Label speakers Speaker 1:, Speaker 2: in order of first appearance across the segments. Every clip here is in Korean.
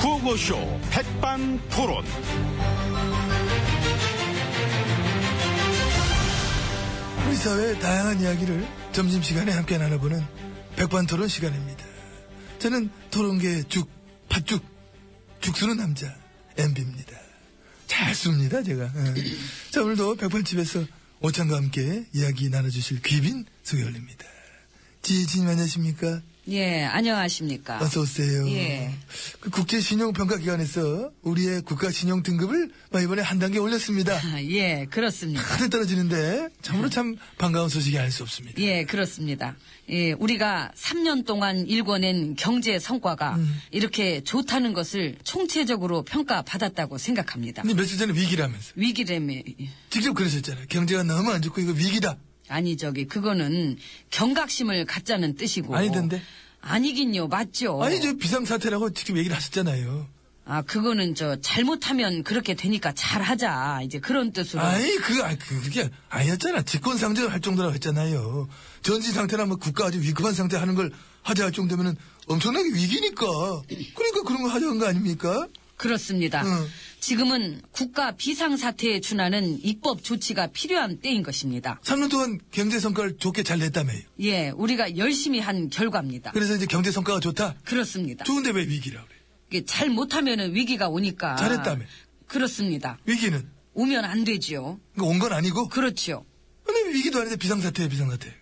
Speaker 1: 구호쇼 백반토론.
Speaker 2: 우리 사회의 다양한 이야기를 점심시간에 함께 나눠보는 백반토론 시간입니다. 저는 토론계의 죽, 팥죽, 죽수는 남자, MB입니다. 잘 씁니다, 제가. 예. 자, 오늘도 백반집에서 오찬과 함께 이야기 나눠주실 귀빈 소개 올립니다. 지혜진님 안녕하십니까?
Speaker 3: 예, 안녕하십니까.
Speaker 2: 아, 어서오세요. 그
Speaker 3: 예.
Speaker 2: 국제신용평가기관에서 우리의 국가신용등급을 이번에 한 단계 올렸습니다.
Speaker 3: 아, 예, 그렇습니다.
Speaker 2: 하늘 떨어지는데 참으로 참 반가운 소식이 아닐 수 없습니다.
Speaker 3: 예, 그렇습니다. 예, 우리가 3년 동안 일궈낸 경제 성과가
Speaker 2: 음.
Speaker 3: 이렇게 좋다는 것을 총체적으로 평가받았다고 생각합니다.
Speaker 2: 근데 며칠 전에 위기라면서
Speaker 3: 위기라며.
Speaker 2: 직접 그러셨잖아요. 경제가 너무 안 좋고 이거 위기다.
Speaker 3: 아니, 저기, 그거는 경각심을 갖자는 뜻이고.
Speaker 2: 아니던데?
Speaker 3: 아니긴요, 맞죠.
Speaker 2: 아니 저 비상사태라고 직접 얘기를 하셨잖아요.
Speaker 3: 아, 그거는 저, 잘못하면 그렇게 되니까 잘하자. 이제 그런 뜻으로.
Speaker 2: 아니 그 아니 그- 그게 아니었잖아. 직권상정을 할 정도라고 했잖아요. 전시 상태나 뭐 국가 아주 위급한 상태 하는 걸 하자 할 정도면은 엄청나게 위기니까. 그러니까 그런 거 하자는 거 아닙니까?
Speaker 3: 그렇습니다.
Speaker 2: 응.
Speaker 3: 지금은 국가 비상사태에 준하는 입법 조치가 필요한 때인 것입니다.
Speaker 2: 3년 동안 경제 성과를 좋게 잘 냈다며요.
Speaker 3: 예, 우리가 열심히 한 결과입니다.
Speaker 2: 그래서 이제 경제 성과가 좋다.
Speaker 3: 그렇습니다.
Speaker 2: 좋은데 왜 위기라고 그래?
Speaker 3: 이게 잘 못하면 위기가 오니까.
Speaker 2: 잘했다며.
Speaker 3: 그렇습니다.
Speaker 2: 위기는 그러니까
Speaker 3: 오면 안 되지요.
Speaker 2: 온 건 아니고.
Speaker 3: 그렇죠.
Speaker 2: 근데 위기도 아닌데 비상사태예요 비상사태.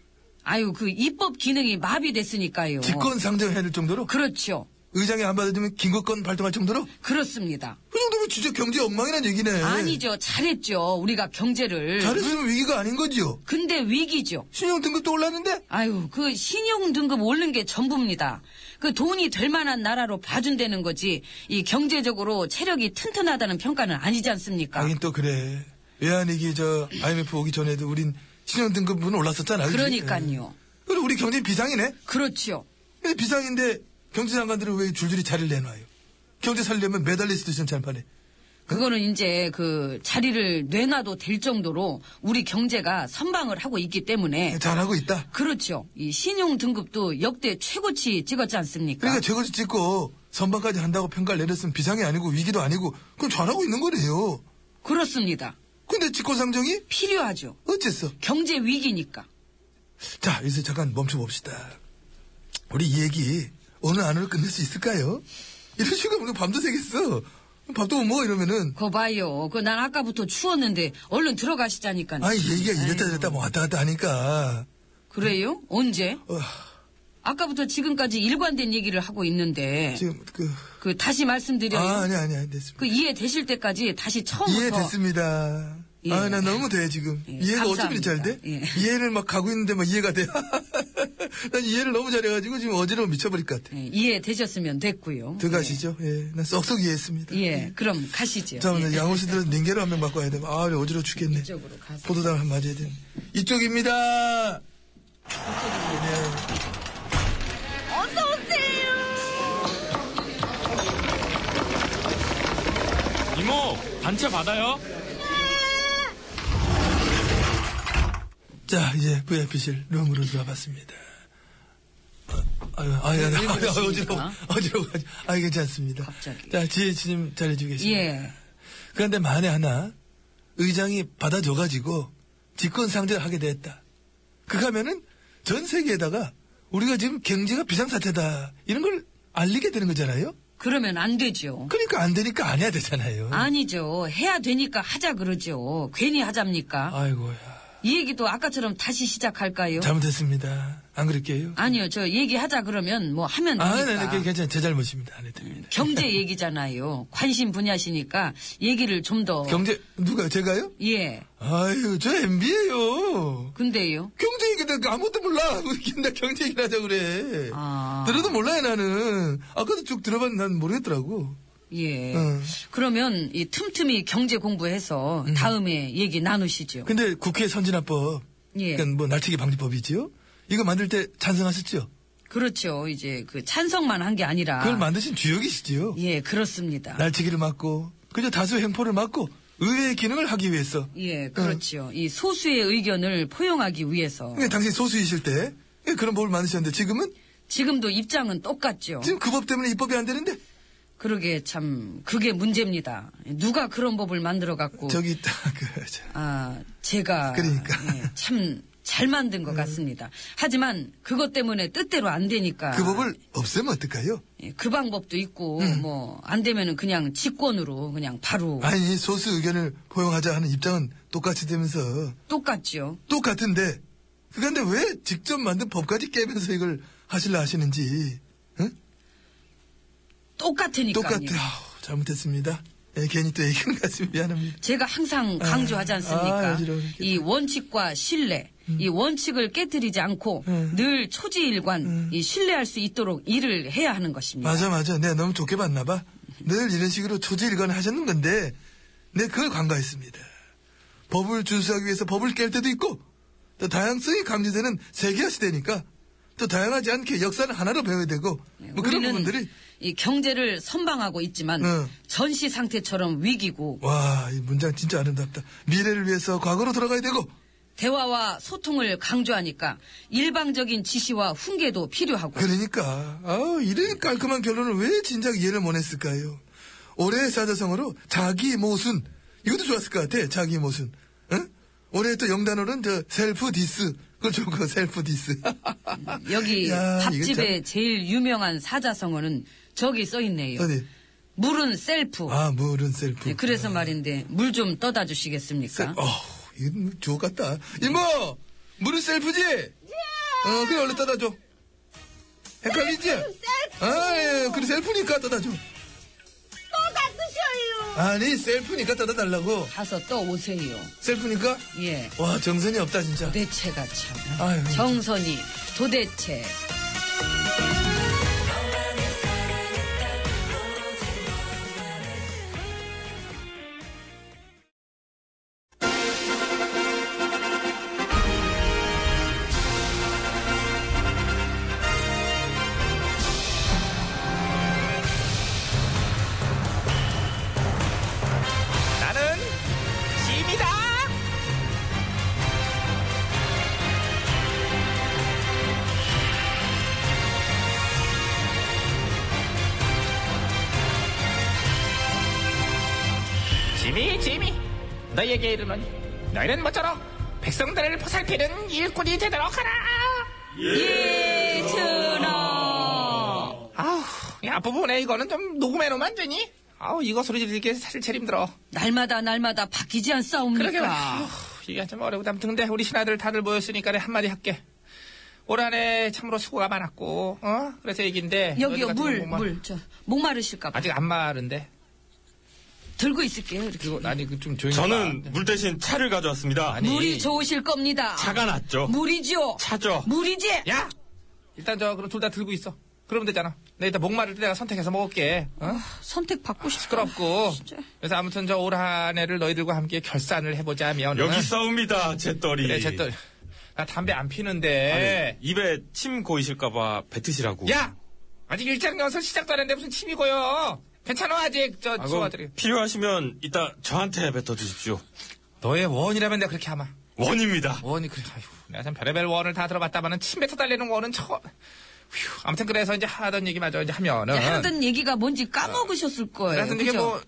Speaker 3: 아유, 그 입법 기능이 마비됐으니까요.
Speaker 2: 직권상정해야 될 정도로
Speaker 3: 그렇죠.
Speaker 2: 의장이 안 받아주면 긴급건 발동할 정도로
Speaker 3: 그렇습니다.
Speaker 2: 그 정도면 진짜 경제 엉망이란 얘기네.
Speaker 3: 아니죠. 잘했죠. 우리가 경제를.
Speaker 2: 잘했으면 위기가 아닌 거지요.
Speaker 3: 근데 위기죠.
Speaker 2: 신용 등급도 올랐는데
Speaker 3: 아유, 그 신용 등급 오른 게 전부입니다. 그 돈이 될 만한 나라로 봐준다는 거지. 이 경제적으로 체력이 튼튼하다는 평가는 아니지 않습니까?
Speaker 2: 하긴 또 그래. 외환 위기 저 IMF 오기 전에도 우린 신용 등급은 올랐었잖아. 그지?
Speaker 3: 그러니까요.
Speaker 2: 예. 그리고 우리 경제 비상이네.
Speaker 3: 그렇죠.
Speaker 2: 근데 비상인데 경제 장관들은 왜 줄줄이 자리를 내놔요? 경제 살려면 매달릴 수도 있는 잔판에.
Speaker 3: 그거는 이제 그 자리를 내놔도 될 정도로 우리 경제가 선방을 하고 있기 때문에
Speaker 2: 잘하고 있다.
Speaker 3: 그렇죠. 이 신용 등급도 역대 최고치 찍었지 않습니까?
Speaker 2: 그러니까 최고치 찍고 선방까지 한다고 평가를 내렸으면 비상이 아니고 위기도 아니고 그럼 잘하고 있는 거래요.
Speaker 3: 그렇습니다.
Speaker 2: 근데 직권상정이
Speaker 3: 필요하죠.
Speaker 2: 어쨌어?
Speaker 3: 경제 위기니까.
Speaker 2: 자, 여기서 잠깐 멈춰봅시다. 우리 이 얘기 오늘 안으로 끝낼 수 있을까요? 이런 식으로 우리 밤도 새겠어. 밥도 못 먹어 이러면은
Speaker 3: 거 봐요. 그 난 아까부터 추웠는데 얼른 들어가시자니까요.
Speaker 2: 아니 얘기가 이랬다 저랬다 뭐 왔다 갔다 하니까
Speaker 3: 그래요? 언제?
Speaker 2: 어,
Speaker 3: 아까부터 지금까지 일관된 얘기를 하고 있는데
Speaker 2: 지금 그
Speaker 3: 그 다시 말씀드려요.
Speaker 2: 아, 아니 아니 안 됐습니다.
Speaker 3: 그 이해 되실 때까지 다시 처음부터
Speaker 2: 이해됐습니다.
Speaker 3: 예.
Speaker 2: 아, 나 너무 돼, 지금.
Speaker 3: 예,
Speaker 2: 이해가 어쩜 이리 잘 돼?
Speaker 3: 감사합니다. 예.
Speaker 2: 이해를 막 가고 있는데 막 이해가 돼. 난 이해를 너무 잘해가지고 지금 어지러워 미쳐버릴 것
Speaker 3: 예.
Speaker 2: 같아.
Speaker 3: 네, 이해 되셨으면 됐고요.
Speaker 2: 들어가시죠. 예. 난 쏙쏙 이해했습니다.
Speaker 3: 예, 예, 그럼 가시죠.
Speaker 2: 자,
Speaker 3: 예.
Speaker 2: 오늘 양호 씨들은 링게로 한 명 바꿔야 돼. 아, 어지러워 죽겠네.
Speaker 3: 이쪽으로 가세요.
Speaker 2: 보도당을 한 번 맞아야 돼. 이쪽입니다.
Speaker 1: 이모, 단체 받아요?
Speaker 2: 자, 이제 VIP실 룸으로 들어봤습니다. 아유, 아유, 아유, 아유,
Speaker 3: 그러십니까?
Speaker 2: 어지러워. 어지러워. 아, 괜찮습니다.
Speaker 3: 갑자기.
Speaker 2: 자, 지혜진님 잘해주고 계십니다.
Speaker 3: 예.
Speaker 2: 그런데 만에 하나 의장이 받아줘가지고 직권상제를 하게 됐다. 그가면은 전 세계에다가 우리가 지금 경제가 비상사태다 이런 걸 알리게 되는 거잖아요.
Speaker 3: 그러면 안 되죠.
Speaker 2: 그러니까 안 되니까 안 해야 되잖아요.
Speaker 3: 아니죠. 해야 되니까 하자 그러죠. 괜히 하잡니까?
Speaker 2: 아이고야
Speaker 3: 이 얘기도 아까처럼 다시 시작할까요?
Speaker 2: 잘못했습니다. 안 그럴게요.
Speaker 3: 아니요. 저 얘기하자 그러면 뭐 하면
Speaker 2: 아, 네,
Speaker 3: 되니까.
Speaker 2: 네, 괜찮아요. 제 잘못입니다. 안 해도 됩니다.
Speaker 3: 경제 얘기잖아요. 관심 분야시니까 얘기를 좀 더.
Speaker 2: 경제 누가 제가요?
Speaker 3: 예.
Speaker 2: 아유 저 MB예요.
Speaker 3: 근데요.
Speaker 2: 경제 얘기다 아무것도 몰라. 뭐 나 경제 얘기를 하자 그래.
Speaker 3: 아.
Speaker 2: 들어도 몰라요 나는. 아까도 쭉 들어봤는데 난 모르겠더라고.
Speaker 3: 예.
Speaker 2: 응.
Speaker 3: 그러면 이 틈틈이 경제 공부해서 다음에 얘기 나누시죠.
Speaker 2: 근데 국회 선진화법,
Speaker 3: 예.
Speaker 2: 그러니까 뭐 날치기 방지법이지요. 이거 만들 때 찬성하셨죠?
Speaker 3: 그렇죠. 이제 그 찬성만 한 게 아니라.
Speaker 2: 그걸 만드신 주역이시지요.
Speaker 3: 예, 그렇습니다.
Speaker 2: 날치기를 막고 그저 다수 횡포를 막고 의회의 기능을 하기 위해서.
Speaker 3: 예, 그렇죠. 이 소수의 의견을 포용하기 위해서.
Speaker 2: 그러니까 당신 소수이실 때 예, 그런 법을 만드셨는데 지금은
Speaker 3: 지금도 입장은 똑같죠.
Speaker 2: 지금 그 법 때문에 입법이 안 되는데
Speaker 3: 그러게 참 그게 문제입니다. 누가 그런 법을 만들어 갖고
Speaker 2: 저기 있다. 그, 저,
Speaker 3: 아 제가 예,
Speaker 2: 그러니까. 음.
Speaker 3: 참 잘 만든 것 같습니다. 하지만 그것 때문에 뜻대로 안 되니까
Speaker 2: 그 법을 없애면 어떨까요?
Speaker 3: 예, 그 방법도 있고 뭐 안 되면은 그냥 직권으로 그냥 바로
Speaker 2: 음. 아니 소수 의견을 포용하자 하는 입장은 똑같이 되면서
Speaker 3: 똑같죠.
Speaker 2: 똑같은데 그런데 왜 직접 만든 법까지 깨면서 이걸 하실라 하시는지 응?
Speaker 3: 똑같으니까요.
Speaker 2: 똑같아. 아우, 잘못했습니다. 예, 괜히 또 얘기한 것 같으면 미안합니다.
Speaker 3: 제가 항상 강조하지 않습니까?
Speaker 2: 아, 어지러워.
Speaker 3: 이 원칙과 신뢰, 이 원칙을 깨뜨리지 않고
Speaker 2: 음.
Speaker 3: 늘 초지일관 이 신뢰할 수 있도록 일을 해야 하는 것입니다.
Speaker 2: 맞아 맞아. 내가 너무 좋게 봤나 봐. 늘 이런 식으로 초지일관 하셨는 건데 내 그걸 간과했습니다. 법을 준수하기 위해서 법을 깰 때도 있고 또 다양성이 감지되는 세계화 시대니까 또 다양하지 않게 역사는 하나로 배워야 되고 뭐 그런
Speaker 3: 우리는
Speaker 2: 부분들이
Speaker 3: 이 경제를 선방하고 있지만
Speaker 2: 음.
Speaker 3: 전시 상태처럼 위기고
Speaker 2: 와, 이 문장 진짜 아름답다. 미래를 위해서 과거로 돌아가야 되고,
Speaker 3: 대화와 소통을 강조하니까 일방적인 지시와 훈계도 필요하고
Speaker 2: 그러니까, 아 이런 깔끔한 결론을 왜 진작 이해를 못 했을까요? 올해의 사자성어로 자기 모순. 이것도 좋았을 것 같아, 자기 모순. 응? 올해 또 영단어는 저, 셀프 디스. 그걸 좋은 거, 셀프 디스.
Speaker 3: 여기
Speaker 2: 야,
Speaker 3: 밥집에
Speaker 2: 이거
Speaker 3: 제일 유명한 사자성어는 저기 써 있네요.
Speaker 2: 어디?
Speaker 3: 물은 셀프.
Speaker 2: 아, 물은 셀프.
Speaker 3: 네, 그래서 말인데 물 좀 떠다 주시겠습니까?
Speaker 2: 셀, 그, 어우, 이건 좋 같다. 이모! 물은 셀프지?
Speaker 4: 예.
Speaker 2: 어, 그래, 얼른 떠다줘. 헷갈리지? 아, 예, 그래, 셀프니까 떠다줘.
Speaker 4: 똑같으셔요.
Speaker 2: 아니 셀프니까 따다달라고
Speaker 3: 가서 또 오세요.
Speaker 2: 셀프니까
Speaker 3: 예.
Speaker 2: 와 정선이 없다 진짜
Speaker 3: 도대체가 참.
Speaker 2: 아유.
Speaker 3: 정선이 도대체.
Speaker 1: 나는 짐이다. 짐이 짐이 너에게 이르노니 너희는 모쪼록 백성들을 보살피는 일꾼이 되도록 하라.
Speaker 3: 예, 전하.
Speaker 1: 아우 이 앞부분에 이거는 좀 녹음해 놓으면 안 되니? 아우 이거 소리 지르기 사실 제일 힘들어.
Speaker 3: 날마다 날마다 바뀌지 않사옵니까?
Speaker 1: 그러게 말이야. 어휴, 이게 좀 어려고 담등데 우리 신하들 다들 모였으니까 내가 한마디 할게. 올 한해 참으로 수고가 많았고, 어? 그래서 얘기인데.
Speaker 3: 여기요
Speaker 1: 너희들 같은
Speaker 3: 물
Speaker 1: 경우만
Speaker 3: 물. 저 목마르실까 봐.
Speaker 1: 아직 안 마른데.
Speaker 3: 들고 있을게요. 이렇게.
Speaker 1: 그리고 아니 그좀 조용히.
Speaker 5: 저는
Speaker 1: 해봐.
Speaker 5: 물 대신 차를 가져왔습니다.
Speaker 1: 아니,
Speaker 3: 물이 좋으실 겁니다.
Speaker 5: 차가 낫죠.
Speaker 3: 물이죠.
Speaker 5: 차죠.
Speaker 3: 물이지.
Speaker 1: 야! 일단 저 그럼 둘 다 들고 있어. 그러면 되잖아. 내가 일단 목마를 때 내가 선택해서 먹을게. 어?
Speaker 3: 선택 받고 싶다.
Speaker 1: 시끄럽고.
Speaker 3: 진짜.
Speaker 1: 그래서 아무튼 저 올 한해를 너희들과 함께 결산을 해보자면.
Speaker 5: 여기 싸웁니다, 제떨이. 네.
Speaker 1: 그래 네. 제떨. 나 담배 안 피는데.
Speaker 5: 입에 침 고이실까봐 뱉으시라고.
Speaker 1: 야! 아직 일장 연설 시작도 안 했는데 무슨 침이 고요? 괜찮아, 아직. 저,
Speaker 5: 아, 그럼
Speaker 1: 소아들이.
Speaker 5: 필요하시면 이따 저한테 뱉어주십시오.
Speaker 1: 너의 원이라면 내가 그렇게 하마.
Speaker 5: 원입니다.
Speaker 1: 원이 그래, 아휴. 내가 참 별의별 원을 다 들어봤다만은 침 뱉어 달리는 원은 처음. 휴, 아무튼 그래서 이제 하던 얘기마저 이제 하면은.
Speaker 3: 네. 하던 얘기가 뭔지 까먹으셨을 거예요.
Speaker 1: 그래서 이게
Speaker 3: 그죠?
Speaker 1: 뭐.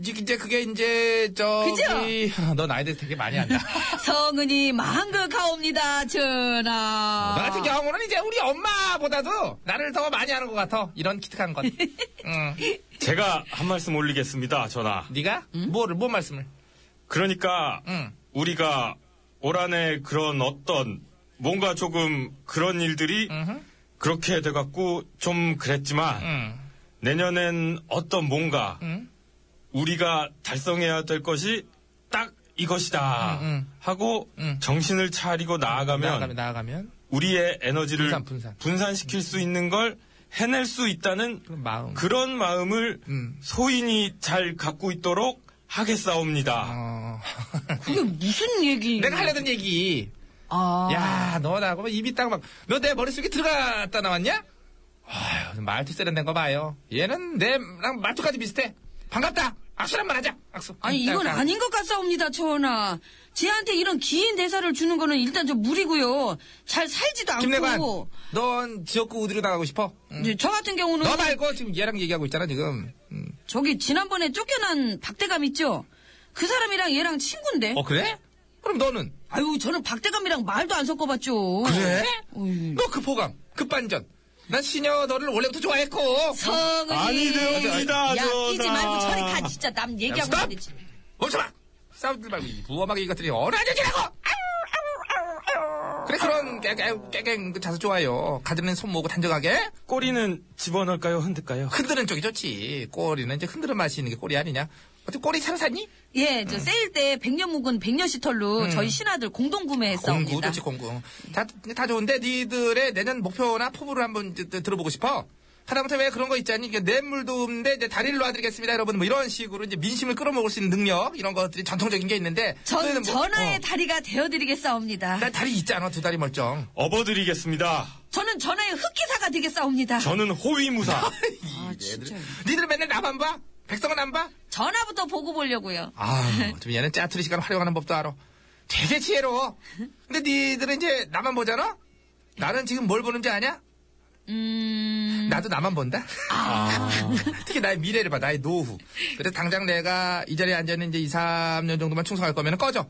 Speaker 1: 이제 이제 그게 이제 저기 너 나이들 되게 많이 안다.
Speaker 3: 성은이 망극하옵니다, 전하.
Speaker 1: 너 같은 경우는 아, 이제 우리 엄마보다도 나를 더 많이 하는 것 같아. 이런 기특한 것. 응.
Speaker 5: 제가 한 말씀 올리겠습니다, 전하.
Speaker 1: 네가 뭐를 뭔 말씀을?
Speaker 5: 그러니까
Speaker 1: 응.
Speaker 5: 우리가 올 한해 그런 어떤 뭔가 조금 그런 일들이
Speaker 1: 음흠.
Speaker 5: 그렇게 돼갖고 좀 그랬지만
Speaker 1: 응.
Speaker 5: 내년엔 어떤 뭔가
Speaker 1: 응.
Speaker 5: 우리가 달성해야 될 것이 딱 이것이다
Speaker 1: 응, 응.
Speaker 5: 하고
Speaker 1: 응.
Speaker 5: 정신을 차리고 나아가면,
Speaker 1: 나가면 나가면
Speaker 5: 우리의 에너지를
Speaker 1: 분산, 분산.
Speaker 5: 시킬수 있는 걸 해낼 수 있다는
Speaker 1: 그런 마음.
Speaker 5: 그런 마음을
Speaker 1: 음.
Speaker 5: 소인이 잘 갖고 있도록 하겠사옵니다.
Speaker 1: 어.
Speaker 3: 그게 무슨 얘기?
Speaker 1: 내가 하려던 얘기.
Speaker 3: 아.
Speaker 1: 야, 너 나하고 막 입이 딱 막, 너 내 머릿속에 들어갔다 나왔냐? 아휴, 말투 세련된 거 봐요. 얘는 내랑 말투까지 비슷해. 반갑다! 악수란 말 하자! 악수.
Speaker 3: 아니, 이건 아닌 것 같사옵니다, 전하. 쟤한테 이런 긴 대사를 주는 거는 일단 좀 무리고요. 잘 살지도 않고.
Speaker 1: 김내관, 넌 지역구 어디로 나가고 싶어? 응.
Speaker 3: 이제 저 같은 경우는
Speaker 1: 너 말고 지금 얘랑 얘기하고 있잖아 지금. 음.
Speaker 3: 저기 지난번에 쫓겨난 박대감 있죠? 그 사람이랑 얘랑 친구인데.
Speaker 1: 어 그래? 그럼 너는?
Speaker 3: 아유 저는 박대감이랑 말도 안 섞어봤죠. 네?
Speaker 2: 그래?
Speaker 3: 어이.
Speaker 1: 너 그 포강, 그 반전. 난 시녀 너를 원래부터 좋아했고.
Speaker 3: 서근이.
Speaker 5: 아니 되옵니다,
Speaker 3: 야 끼지
Speaker 5: 전하.
Speaker 3: 말고 저리 가 진짜 남
Speaker 1: 야,
Speaker 3: 얘기하고
Speaker 1: 스톱!
Speaker 3: 있는데 지금.
Speaker 1: 멈춰봐! 싸우지 말고 이 무엄하게 이 것들이 어느 아저씨라고! 그래 그런 깨갱 그 자세 좋아요. 가슴은 손 모으고 단정하게
Speaker 5: 꼬리는 집어넣을까요? 흔들까요?
Speaker 1: 흔드는 쪽이 좋지. 꼬리는 이제 흔드는 맛이 있는 게 꼬리 아니냐? 어떻게 꼬리 새로 샀니?
Speaker 3: 예, 저 세일 때 백년 묵은 백년 시털로 저희 신하들 공동 구매했습니다.
Speaker 1: 공구 좋지 공구. 다, 다 좋은데 니들의 내년 목표나 포부를 한번 이제 또 들어보고 싶어. 하다못해 왜 그런 거 있잖니? 이게 냇물도 없는데 이제 다리를 놔드리겠습니다, 여러분. 뭐 이런 식으로 이제 민심을 끌어먹을 수 있는 능력 이런 것들이 전통적인 게 있는데.
Speaker 3: 전
Speaker 1: 너희는 뭐-
Speaker 3: 전하의
Speaker 1: 어. 네.
Speaker 3: 다리가 되어드리겠사옵니다.
Speaker 1: 나 다리 있잖아 두 다리 멀쩡.
Speaker 5: 업어드리겠습니다.
Speaker 3: 저는 전하의 흑기사가 되겠사옵니다.
Speaker 5: 저는 호위무사.
Speaker 3: 아, 진짜.
Speaker 1: 니들 맨날 나만 봐? 백성은 안 봐?
Speaker 3: 전화부터 보고 보려고요.
Speaker 1: 아유, 좀 얘는 짜투리 시간 활용하는 법도 알아. 되게 지혜로워. 근데 니들은 이제 나만 보잖아? 나는 지금 뭘 보는지 아냐?
Speaker 3: 음, 아.
Speaker 1: 나도 나만 본다? 특히 나의 미래를 봐, 나의 노후. 그래서 당장 내가 이 자리에 앉아있는 이제 2, 3년 정도만 충성할 거면 꺼져.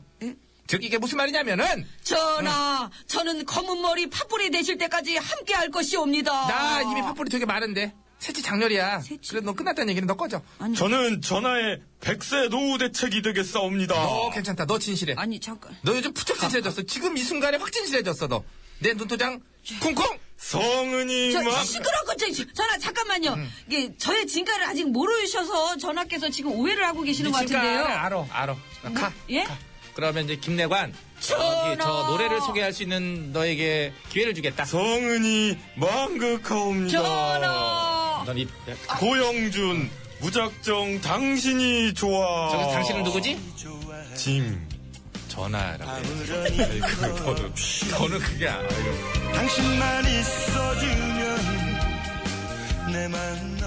Speaker 1: 즉, 이게 무슨 말이냐면은,
Speaker 3: 전하, 저는 검은 머리 파뿌리 되실 때까지 함께 할 것이옵니다.
Speaker 1: 나 이미 파뿌리 되게 많은데, 새치 장렬이야.
Speaker 3: 어. 새치.
Speaker 1: 그래서 너 끝났다는 얘기는 너 꺼져.
Speaker 3: 아니,
Speaker 5: 저는 전하의 백세 노후 대책이 되겠사옵니다.
Speaker 1: 너 어, 괜찮다, 너 진실해.
Speaker 3: 어. 아니, 잠깐.
Speaker 1: 너 요즘 부쩍 진실해졌어. 지금 이 순간에 확 진실해졌어, 너. 내 눈도장
Speaker 3: 예.
Speaker 1: 쿵쿵!
Speaker 5: 성은이
Speaker 3: 저,
Speaker 1: 뭐?
Speaker 5: 막
Speaker 3: 시끄럽고, 저, 저, 전하, 잠깐만요.
Speaker 1: 음.
Speaker 3: 이게 저의 진가를 아직 모르셔서 전하께서 지금 오해를 하고 계시는 것 같은데요.
Speaker 1: 알아, 알아. 가.
Speaker 3: 예?
Speaker 1: 그러면 이제 김내관, 저기 저 노래를 소개할 수 있는 너에게 기회를 주겠다.
Speaker 5: 성은이 망극하옵니다.
Speaker 3: 전하!
Speaker 1: 넌 이, 그,
Speaker 5: 고영준 무작정 당신이 좋아.
Speaker 1: 저기
Speaker 5: 어.
Speaker 1: 당신은 누구지?
Speaker 5: 짐.
Speaker 1: 전화라고. 네, 해. 너는, 너는 그게 아니야.
Speaker 4: 당신만 있어주면 내맘